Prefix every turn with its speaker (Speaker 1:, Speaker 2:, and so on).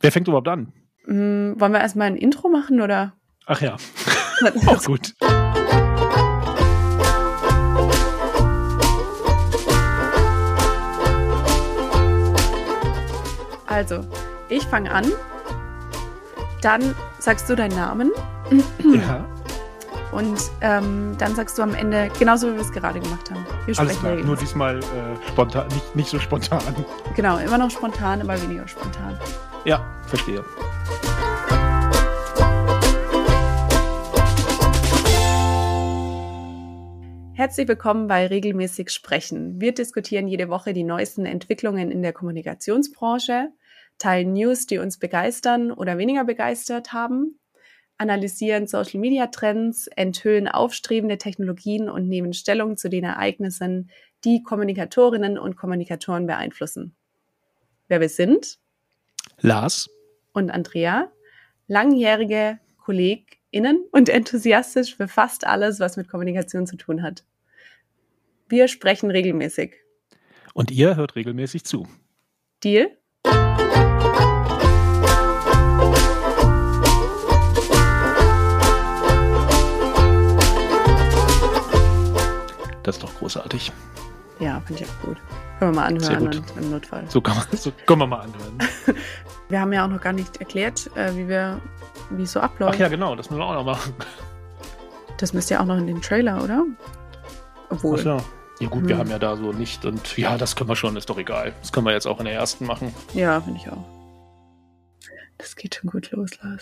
Speaker 1: Wer fängt überhaupt an?
Speaker 2: Hm, wollen wir erstmal ein Intro machen oder?
Speaker 1: Ach ja. Auch gut.
Speaker 2: Also, ich fange an. Dann sagst du deinen Namen Hm.
Speaker 1: Ja,
Speaker 2: und ähm, dann sagst du am Ende, genauso wie wir es gerade gemacht haben. Wir
Speaker 1: alles
Speaker 2: sprechen
Speaker 1: klar.
Speaker 2: ja
Speaker 1: Nur diesmal äh, spontan, nicht, nicht so spontan.
Speaker 2: jetzt. Genau, immer noch spontan, aber weniger spontan.
Speaker 1: Ja, verstehe.
Speaker 2: Herzlich willkommen bei Regelmäßig Sprechen. Wir diskutieren jede Woche die neuesten Entwicklungen in der Kommunikationsbranche, teilen News, die uns begeistern oder weniger begeistert haben, analysieren Social Media Trends, enthüllen aufstrebende Technologien und nehmen Stellung zu den Ereignissen, die Kommunikatorinnen und Kommunikatoren beeinflussen. Wer wir sind
Speaker 1: Lars?
Speaker 2: und Andrea, langjährige KollegInnen und enthusiastisch für fast alles, was mit Kommunikation zu tun hat. Wir sprechen regelmäßig.
Speaker 1: Und ihr hört regelmäßig zu.
Speaker 2: Deal?
Speaker 1: Das ist doch großartig.
Speaker 2: Ja, fand ich auch gut. Können wir mal
Speaker 1: Sehr
Speaker 2: anhören
Speaker 1: gut.
Speaker 2: und im Notfall.
Speaker 1: So kann man, so können wir mal anhören.
Speaker 2: Wir haben ja auch noch gar nicht erklärt, äh, wie wir, wie es so
Speaker 1: Ach
Speaker 2: abläuft.
Speaker 1: ja, genau, das müssen wir auch noch machen.
Speaker 2: Das müsst ihr auch noch in den Trailer, oder? Obwohl.
Speaker 1: Ach ja. Ja gut, wir
Speaker 2: Hm.
Speaker 1: haben ja da so nicht und ja, das können wir schon, ist doch egal. Das können wir jetzt auch in der ersten machen.
Speaker 2: Ja, finde ich auch. Das geht schon gut los, Lars.